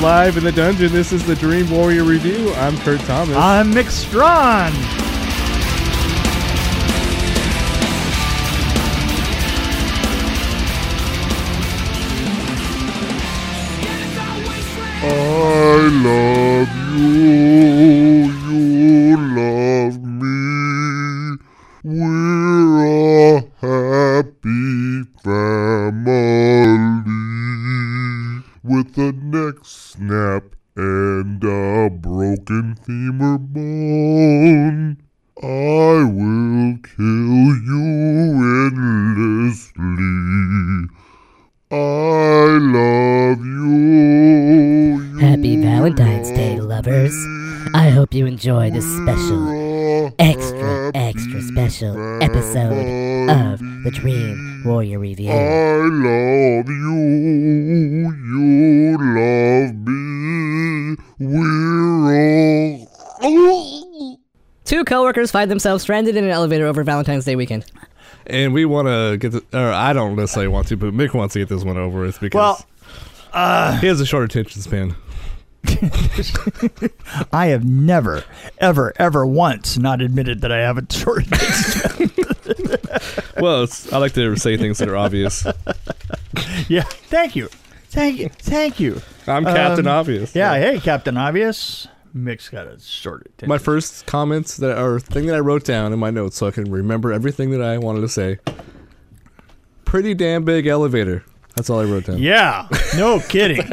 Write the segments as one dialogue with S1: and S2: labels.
S1: live in the dungeon. This is the Dream Warrior Review. I'm Kurt Thomas.
S2: I'm Mick Strawn.
S3: I love you, you love me. We're a happy family. With a neck snap and a broken femur bone. I will kill you endlessly. I love you. you
S4: Happy Valentine's Day, lovers. I hope you enjoy this special,
S3: special,
S4: extra, extra special episode of the Dream Warrior Review.
S3: I love you. You love me. We're all.
S5: Two coworkers find themselves stranded in an elevator over Valentine's Day weekend.
S6: and we want to get the, or I don't necessarily want to, but Mick wants to get this one over with because he has a short attention span.
S2: I have never, ever, ever once not admitted that I have a short.
S6: Well, it's, I like to say things that are obvious.
S2: yeah. Thank you. Thank you. Thank you.
S6: I'm Captain
S2: Um,
S6: Obvious.
S2: Yeah. Hey, Captain Obvious. Mick's got a short. attention.
S6: My first comments that are thing that I wrote down in my notes so I can remember everything that I wanted to say. Pretty damn big elevator. That's all I wrote down.
S2: Yeah. No kidding.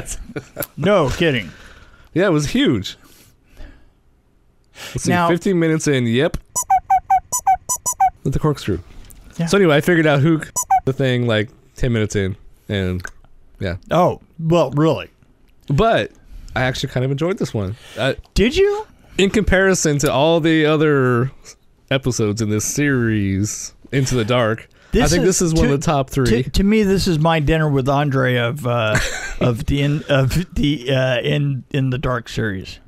S2: no kidding.
S6: Yeah, it was huge. Let's see,
S2: Now-
S6: 15 minutes in, yep. With the corkscrew.
S2: Yeah.
S6: So anyway, I figured out who the thing like 10 minutes in, and
S2: Oh well, really?
S6: but I actually kind of enjoyed this one. Uh,
S2: Did you?
S6: in comparison to all the other episodes in this series, Into the Dark, I think this is one
S2: to-
S6: of the top three.
S2: To, to me, this is my dinner with Andre of uh, of the in, of the uh, in in the dark series.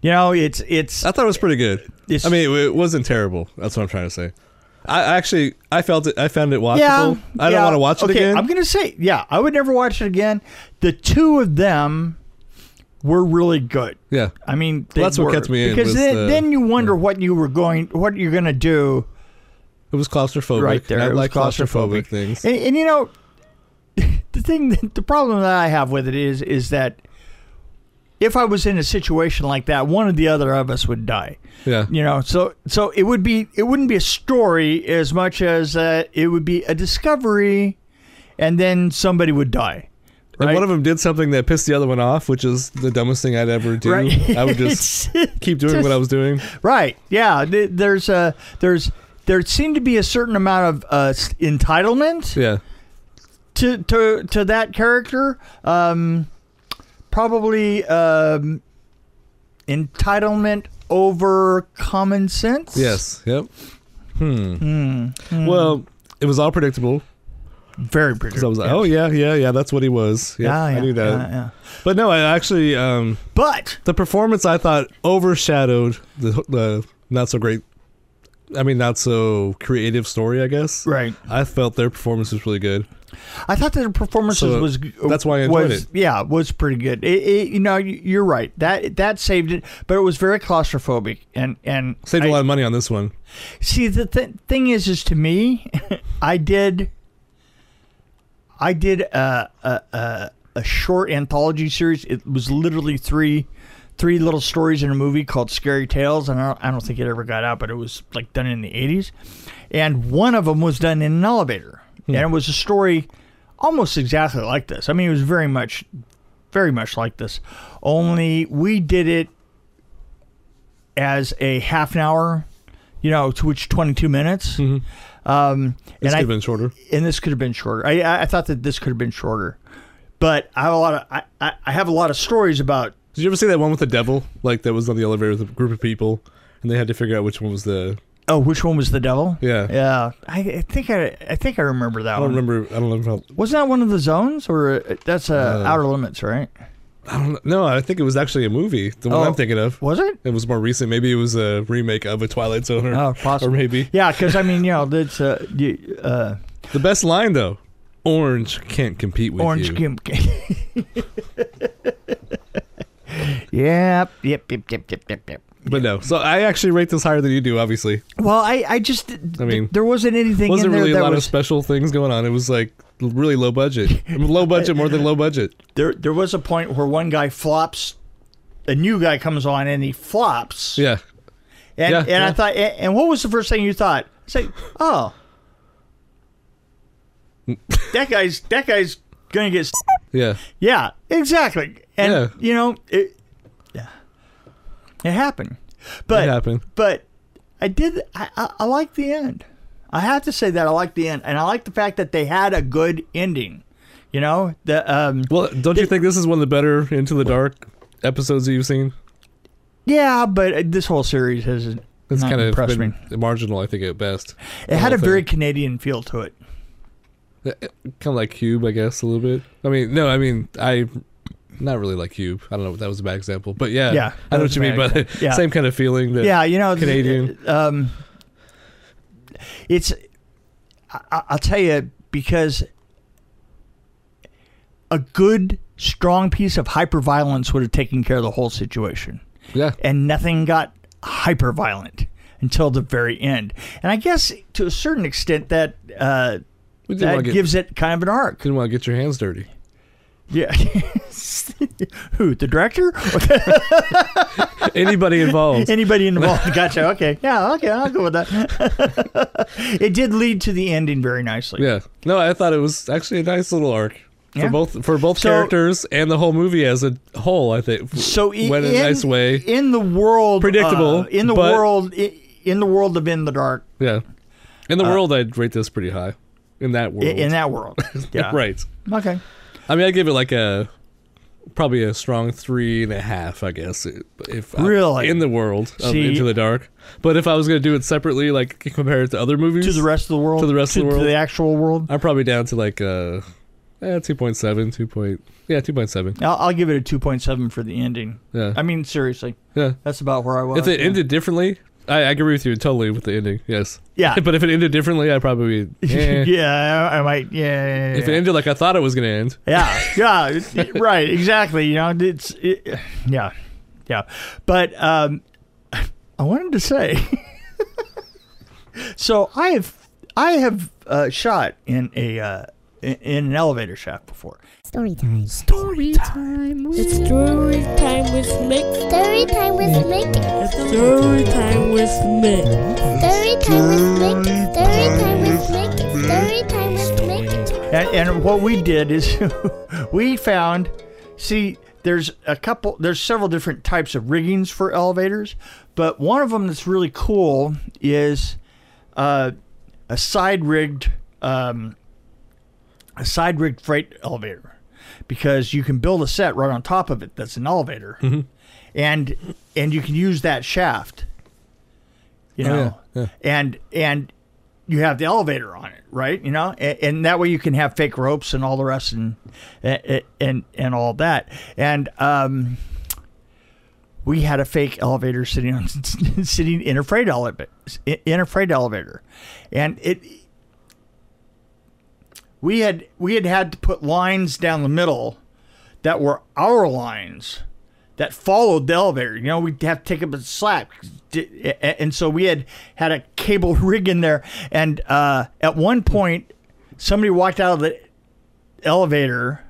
S2: You know, it's it's
S6: I thought it was pretty good.
S2: it's.
S6: I mean, it, it wasn't terrible. That's what I'm trying to say. I I actually, I felt it. I found it watchable.
S2: yeah,
S6: I don't
S2: yeah.
S6: want to watch it
S2: okay,
S6: again.
S2: I'm gonna say, yeah, I would never watch it again. The two of them were really good.
S6: yeah,
S2: I mean, they
S6: that's what
S2: were.
S6: kept me in
S2: because
S6: was
S2: then,
S6: the-
S2: then you wonder what you were going, what you're gonna do
S6: it was claustrophobic.
S2: Right there,
S6: I
S2: it was
S6: like
S2: claustrophobic.
S6: claustrophobic things.
S2: And, and you know, the thing, that, the problem that I have with it is, is that if I was in a situation like that, one or the other of us would die.
S6: Yeah,
S2: You know, so so it would be it wouldn't be a story as much as uh, it would be a discovery, and then somebody would die.
S6: and
S2: right.
S6: one of them did something that pissed the other one off, which is the dumbest thing I'd ever do.
S2: Right.
S6: I would just
S2: It's-
S6: keep doing what I was doing.
S2: Right. Yeah. th- There's a there's there seemed to be a certain amount of uh, s- entitlement.
S6: Yeah.
S2: to to to that character um probably um entitlement over common sense
S6: Yes. Yep. Hmm. Well, it was all predictable
S2: very
S6: because I
S2: predictable
S6: was like, oh yeah, yeah, yeah, that's what he was. Yep,
S2: yeah, yeah,
S6: I knew that.
S2: yeah, yeah.
S6: But no, I actually, um,
S2: but
S6: the performance I thought overshadowed the the not so great. I mean, not so creative story. I guess.
S2: right
S6: I felt their performance was really good.
S2: i thought that the performances
S6: So,
S2: was
S6: that's why I enjoyed
S2: was,
S6: it.
S2: yeah was pretty good it, it, you know you- you're right that that saved it but it was very claustrophobic and and
S6: Saved
S2: I-
S6: a lot of money on this one.
S2: See, the th- thing is, is to me, I did, I did a, a a a short anthology series. It was literally three, three little stories in a movie called Scary Tales, and I don't, I don't think it ever got out, but it was like done in the eighties, and one of them was done in an elevator, and it was a story almost exactly like this. I mean, it was very much, very much like this, only we did it as a half an hour, you know, to which 22 minutes. Um,
S6: This
S2: and,
S6: could
S2: I,
S6: have been shorter.
S2: and this could have been shorter. I- I, I thought that this could have been shorter, but I have a lot of, I, I, I have a lot of stories about,
S6: Did you ever see that one with the devil? Like that was on the elevator with a group of people, and they had to figure out which one was the.
S2: oh, which one was the devil?
S6: Yeah.
S2: Yeah. I, I think I, I think I remember that
S6: I don't
S2: one.
S6: remember. I don't remember.
S2: Wasn't that one of the zones or uh, that's uh, outer limits, right?
S6: How, I don't. No, I think it was actually a movie. The one
S2: Oh.
S6: I'm thinking of.
S2: Was it?
S6: It was more recent. Maybe it was a remake of a Twilight Zone, or,
S2: Oh, possibly.
S6: or maybe
S2: Yeah. Cause I mean, you know, that's, uh, you, uh,
S6: the best line though. Orange can't compete with
S2: orange
S6: you.
S2: Kim. Yep, yep, yep, yep, yep, yep, yep.
S6: But no, so I actually rate this higher than you do. Obviously,
S2: Well, I, I just, I
S6: mean,
S2: there wasn't anything
S6: wasn't
S2: in there
S6: really a
S2: that
S6: lot
S2: was
S6: of special things going on. It was like really low budget, I mean, low budget more than low budget.
S2: there. There was a point where one guy flops, a new guy comes on and he flops.
S6: Yeah,
S2: And,
S6: Yeah,
S2: and I
S6: yeah.
S2: thought, and and what was the first thing you thought? It's like, oh, that guy's that guy's gonna get. s-
S6: yeah.
S2: Yeah, exactly. And
S6: Yeah.
S2: you know it. Yeah, it happened. But
S6: it happened.
S2: but I did. I, I, I like the end. I have to say that I like the end, and I like the fact that they had a good ending. You know the um
S6: Well, don't you think this is one of the better Into the Dark episodes that you've seen?
S2: yeah, but uh, this whole series has
S6: It's
S2: not
S6: kind of
S2: impressed
S6: been
S2: me.
S6: marginal, I think, at best.
S2: It had
S6: whole
S2: a very
S6: thing.
S2: Canadian feel to it.
S6: kind of like Cube, I guess, a little bit. I mean, no, I mean, I not really like Cube. I don't know if that was a bad example, but yeah,
S2: Yeah,
S6: I
S2: that
S6: know what
S2: was
S6: you
S2: a
S6: mean.
S2: bad
S6: But
S2: example. Yeah.
S6: same kind of feeling. That,
S2: yeah, you know, th-
S6: Canadian.
S2: um, it's. I- I, I'll tell you because a good, strong piece of hyperviolence would have taken care of the whole situation,
S6: yeah,
S2: and nothing got hyperviolent until the very end. And I guess to a certain extent that uh,
S6: we didn't
S2: that
S6: want to get
S2: gives it kind of an arc.
S6: didn't want to get your hands dirty.
S2: Yeah. Who the director?
S6: Anybody involved?
S2: Anybody involved? Gotcha. Okay. Yeah. Okay. I'll go with that. it did lead to the ending very nicely.
S6: yeah, no, I thought it was actually a nice little arc.
S2: Yeah.
S6: For both for both
S2: So-
S6: characters and the whole movie as a whole, I think
S2: So i-
S6: went
S2: in,
S6: in a nice way.
S2: in the world
S6: Predictable,
S2: uh, in the
S6: but-
S2: world i- in the world of in the dark
S6: Yeah, in the world, I'd rate this pretty high. In that
S2: i-
S6: world,
S2: Uh, in that world. Yeah.
S6: right.
S2: Okay.
S6: I mean, I give it like a probably a strong three and a half, I guess. If I'm
S2: Really?
S6: Uh, in the world of
S2: See-
S6: Into the Dark, but if I was gonna do it separately, like compare it to other movies,
S2: To the rest of the world.
S6: To the rest of the
S2: To
S6: world.
S2: the actual world.
S6: I'm probably down to like uh, eh, 2.7, 2. Point, yeah, two point seven.
S2: I'll, I'll give it a two point seven for the ending.
S6: Yeah,
S2: I mean, seriously,
S6: yeah.
S2: that's about where I was.
S6: if it
S2: yeah.
S6: ended differently, I, I agree with you totally with the ending. Yes.
S2: Yeah.
S6: but if it ended differently, I probably eh.
S2: yeah, I, I might. Yeah. yeah, yeah,
S6: If
S2: yeah.
S6: it ended like I thought it was gonna end,
S2: Yeah, yeah, it- right, exactly. You know, it's it, yeah, yeah. But um, I wanted to say, so I have I have uh, shot in a uh, in, in an elevator shaft before.
S4: Story time.
S7: Story time with It's story time with Mick.
S8: Story time with Mick.
S7: Story time with Mick.
S8: Story time with Mick. Story time with Mick. Story time with Mick.
S2: And, and what we did is we found, see, there's a couple, there's several different types of riggings for elevators, but one of them that's really cool is uh, a side rigged, um, a side rigged freight elevator, because you can build a set right on top of it that's an elevator,
S6: Mm-hmm.
S2: and and you can use that shaft, you
S6: Oh,
S2: know,
S6: yeah, yeah.
S2: and and you have the elevator on it, right? You know, and, and that way you can have fake ropes and all the rest and and and, and all that. And um, we had a fake elevator sitting on sitting in a freight elevator, in a freight elevator, and it. We had we had had to put lines down the middle that were our lines that followed the elevator. You know, we'd have to take up a slap. Di- a- And so we had had a cable rig in there. And uh, at one point, somebody walked out of the elevator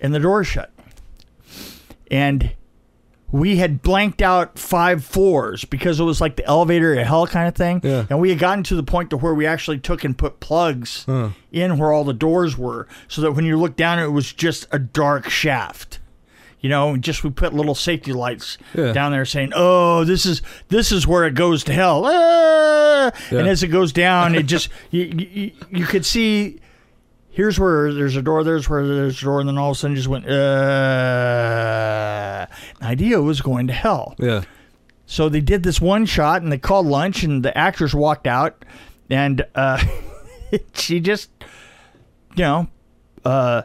S2: and the door shut. And we had blanked out five floors because it was like the elevator to hell kind of thing.
S6: Yeah.
S2: And we had gotten to the point to where we actually took and put plugs in where all the doors were so that when you looked down, it was just a dark shaft you know and just we put little safety lights
S6: Yeah.
S2: down there saying oh this is this is where it goes to hell Ah!
S6: Yeah.
S2: and as it goes down it just you, you, you could see here's where there's a door there's where there's a door and then all of a sudden it just went uh the idea was going to hell
S6: yeah,
S2: so they did this one shot and they called lunch and the actors walked out and uh, she just, you know, uh,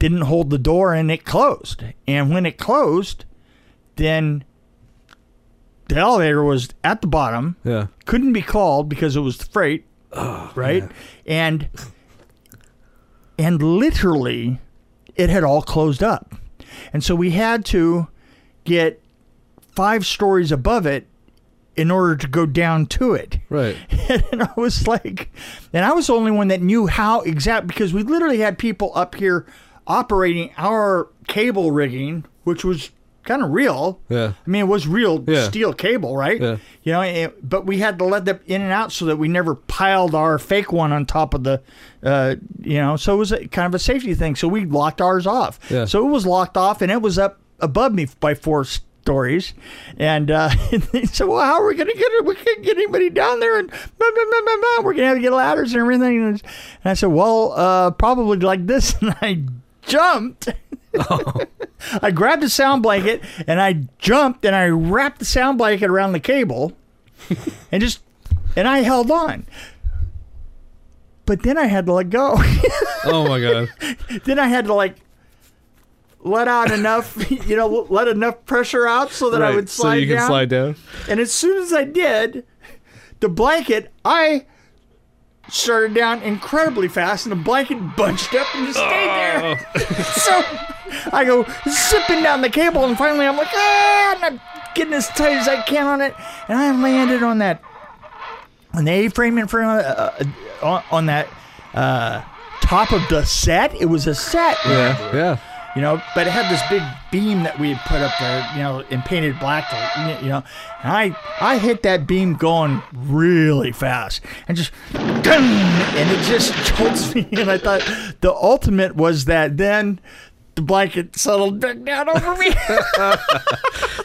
S2: didn't hold the door and it closed. And when it closed, then the elevator was at the bottom,
S6: yeah.
S2: couldn't be called because it was freight, right? And and literally, it had all closed up, and so we had to get five stories above it in order to go down to it.
S6: Right.
S2: and I was like, and I was the only one that knew how exact because we literally had people up here operating our cable rigging, which was kind of real.
S6: Yeah.
S2: I mean, it was real
S6: Yeah.
S2: steel cable, right?
S6: Yeah.
S2: You know, it, but we had to let them in and out so that we never piled our fake one on top of the, uh, you know, so it was a, kind of a safety thing. So we locked ours off.
S6: Yeah.
S2: So it was locked off and it was up above me by four stories. And, uh, and they said, well, how are we going to get it? We can't get anybody down there and blah, blah, blah, blah, blah. we're going to have to get ladders and everything. And I said, well, uh, probably like this. And I jumped. I grabbed a sound blanket and I jumped and I wrapped the sound blanket around the cable and just and I held on. But then I had to let go.
S6: Oh my god.
S2: then I had to like let out enough, you know, let enough pressure out so that I
S6: Right,
S2: would
S6: so
S2: slide
S6: you can
S2: down.
S6: slide down.
S2: And as soon as I did, the blanket, I started down incredibly fast, and the blanket bunched up and just stayed there. so I go zipping down the cable, and finally I'm like, ah, and I'm getting as tight as I can on it, and I landed on that, on the A-frame in front of, uh, uh, on, on that uh, top of the set. It was a set
S6: Yeah. Yeah.
S2: you know. But it had this big beam that we had put up there, you know, and painted black, to, you know. And I I hit that beam going really fast, and just gung, and it just jolts me. And I thought the ultimate was that then. The blanket settled back down over me.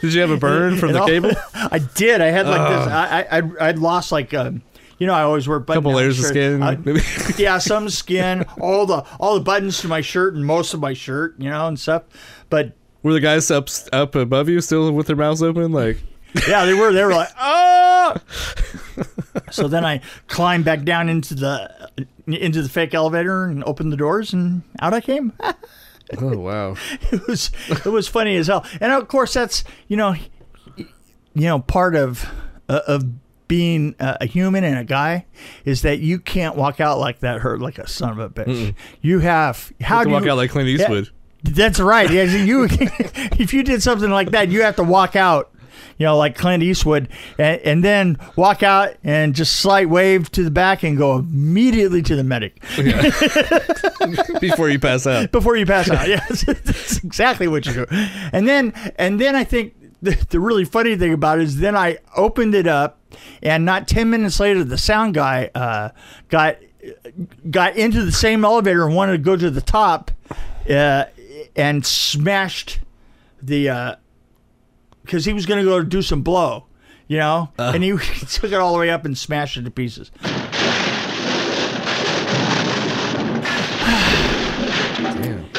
S6: Did you have a burn from
S2: And
S6: the
S2: all-
S6: cable? Uh.
S2: I did. I had like this. I I I'd- I'd lost like um, you know, I always wear button
S6: Couple
S2: down
S6: layers of
S2: shirt.
S6: skin,
S2: I-
S6: maybe.
S2: yeah, some skin, all the all the buttons to my shirt and most of my shirt, you know, and stuff. But
S6: Were the guys up up above you still with their mouths open? Like,
S2: Yeah, they were. They were like, oh. so then I climbed back down into the into the fake elevator and opened the doors, and out I came.
S6: oh wow.
S2: it was it was funny as hell. And of course, that's you know, you know, part of uh, of being a, a human and a guy is that you can't walk out like that hurt like a son of a bitch. You have how
S6: I
S2: do
S6: can walk
S2: you
S6: out like Clint
S2: Yeah.
S6: Eastwood.
S2: that's right. Yeah, you if you did something like that, you have to walk out. You know, like Clint Eastwood, and, and then walk out and just slight wave to the back and go immediately to the medic
S6: before you pass out.
S2: before you pass out. Yes, that's exactly what you do. And then, and then I think the, the really funny thing about it is then I opened it up, and not ten minutes later, the sound guy uh, got got into the same elevator and wanted to go to the top, uh, and smashed the because he was going to go do some blow. You know, and he took it all the way up and smashed it to pieces.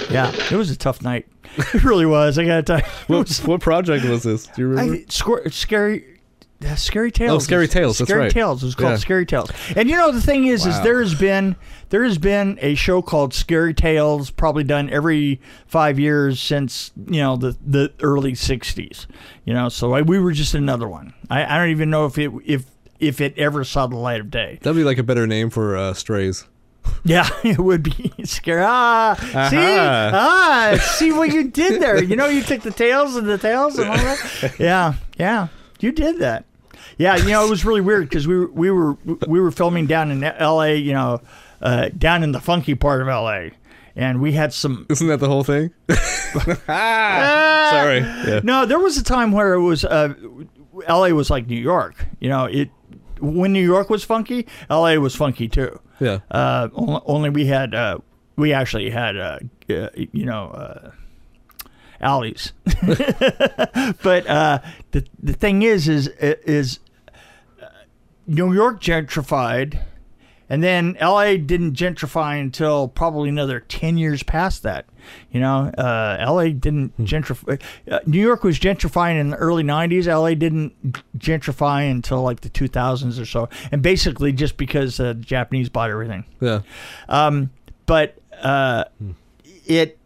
S2: Yeah, it was a tough night. It really was. I gotta tell you, It
S6: What,
S2: was-
S6: what project was this? Do you remember?
S2: I, score, scary, uh, scary tales.
S6: Oh, Scary Tales, that's
S2: Scary
S6: right.
S2: tales. It was called
S6: Yeah.
S2: Scary Tales. And you know the thing is, is there has been there has been a show called Scary Tales, probably done every five years since you know the the early '60s. You know, so I, we were just another one. I, I don't even know if it if if it ever saw the light of day.
S6: That'd be like a better name for uh, strays.
S2: Yeah, it would be scary. Ah, see,
S6: Uh-huh.
S2: ah, see what you did there. You know, you took the tails and the tails and all that. Yeah, yeah, you did that. Yeah, you know, it was really weird because we were, we were we were filming down in L.A. You know, uh, down in the funky part of L.A. And we had some.
S6: Isn't that the whole thing? Ah, Sorry. Yeah.
S2: No, there was a time where it was uh, L.A. was like New York. You know, it when New York was funky, L.A. was funky too.
S6: Yeah.
S2: Uh, only, only we had uh, we actually had uh, uh, you know uh, alleys, but uh, the the thing is is is uh, New York gentrified, and then L.A. didn't gentrify until probably another ten years past that. You know, uh, L.A. didn't gentrify. Uh, New York was gentrifying in the early '90s. L.A. didn't gentrify until like the 2000s or so, and basically just because uh, the Japanese bought everything.
S6: Yeah.
S2: Um, but uh, it,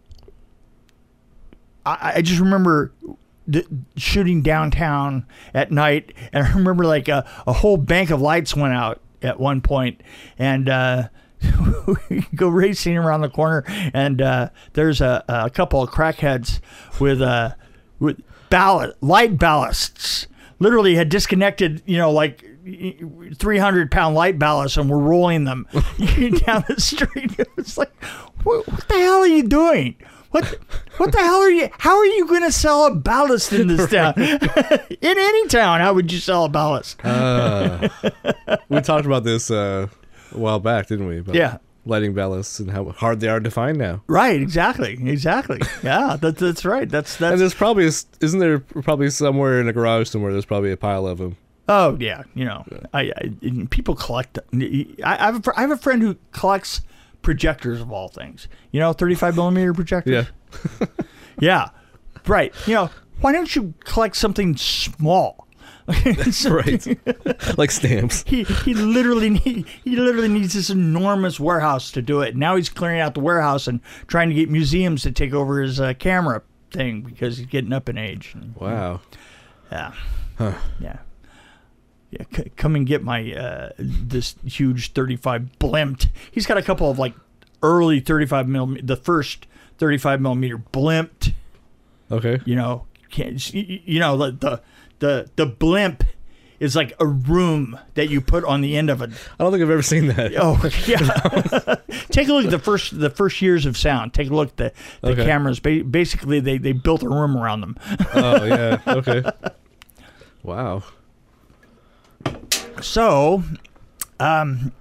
S2: I, I just remember the, shooting downtown at night, and I remember like a, a whole bank of lights went out at one point, and uh, we go racing around the corner, and uh, there's a, a couple of crackheads with uh, with ballast, light ballasts literally had disconnected, you know, like 300 pound light ballasts and were rolling them down the street. It was like, what, what the hell are you doing? What, what the hell are you? How are you going to sell a ballast in this town? in any town, how would you sell a ballast?
S6: Uh, we talked about this uh, a while back, didn't we? About
S2: Yeah.
S6: Lighting ballasts and how hard they are to find now.
S2: Right, exactly, exactly. Yeah, that, that's right. That's that's.
S6: And there's probably, isn't there probably somewhere in a garage somewhere, there's probably a pile of them.
S2: Oh yeah, you know, I, I and people collect. I, I have a, fr- I have a friend who collects projectors of all things. You know, thirty-five millimeter projectors.
S6: Yeah.
S2: Yeah, right. You know, why don't you collect something small?
S6: right. like stamps.
S2: He he literally need, he literally needs this enormous warehouse to do it. Now he's clearing out the warehouse and trying to get museums to take over his uh, camera thing because he's getting up in age.
S6: Wow.
S2: Yeah. Yeah. Yeah. C- come and get my uh, this huge 35 blimp. He's got a couple of like early 35 mil, the first 35 millimeter blimp.
S6: Okay.
S2: You know, can't you you know the the the, the blimp. Is like a room that you put on the end of a.
S6: I don't think I've ever seen that.
S2: Oh yeah. Take a look at the first the first years of sound. Take a look at the, the
S6: Okay.
S2: cameras. Ba- basically, they, they built a room around them.
S6: Oh, yeah. Okay. Wow.
S2: so um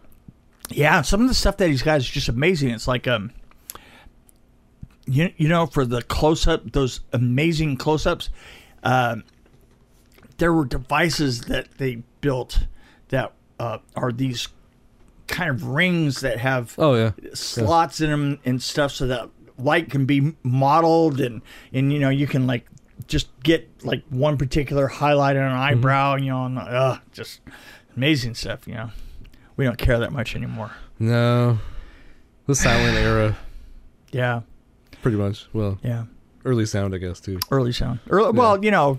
S2: yeah some of the stuff that he's got is just amazing it's like um you, you know for the close-up those amazing close-ups um there were devices that they built that uh, are these kind of rings that have
S6: Oh, yeah.
S2: slots in them and stuff so that light can be modeled and and you know you can like just get like one particular highlight on an
S6: Mm-hmm.
S2: eyebrow you know and uh, just amazing stuff you know we don't care that much anymore
S6: No. The silent era,
S2: yeah
S6: pretty much. Well,
S2: yeah
S6: early sound, I guess, too.
S2: early sound early, well you know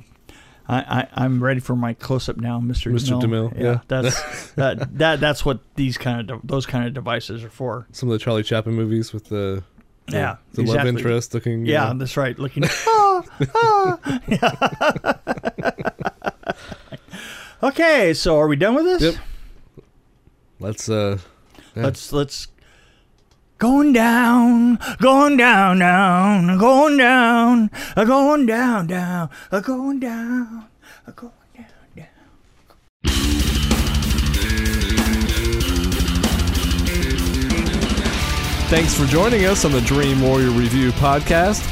S2: I, I i'm ready for my close-up now mr
S6: Mr. DeMille, yeah.
S2: that's that, that that's what these kind of de- those kind of devices are for
S6: Some of the Charlie Chaplin movies with the the-
S2: yeah
S6: the
S2: exactly.
S6: love interest looking. you
S2: yeah,
S6: know.
S2: that's right looking ah, ah. okay so are we done with this
S6: Yep. Let's uh. yeah.
S2: let's let's going down going down down going down uh, going down down uh, going down uh, going down down
S6: Thanks for joining us on the Dream Warrior Review podcast.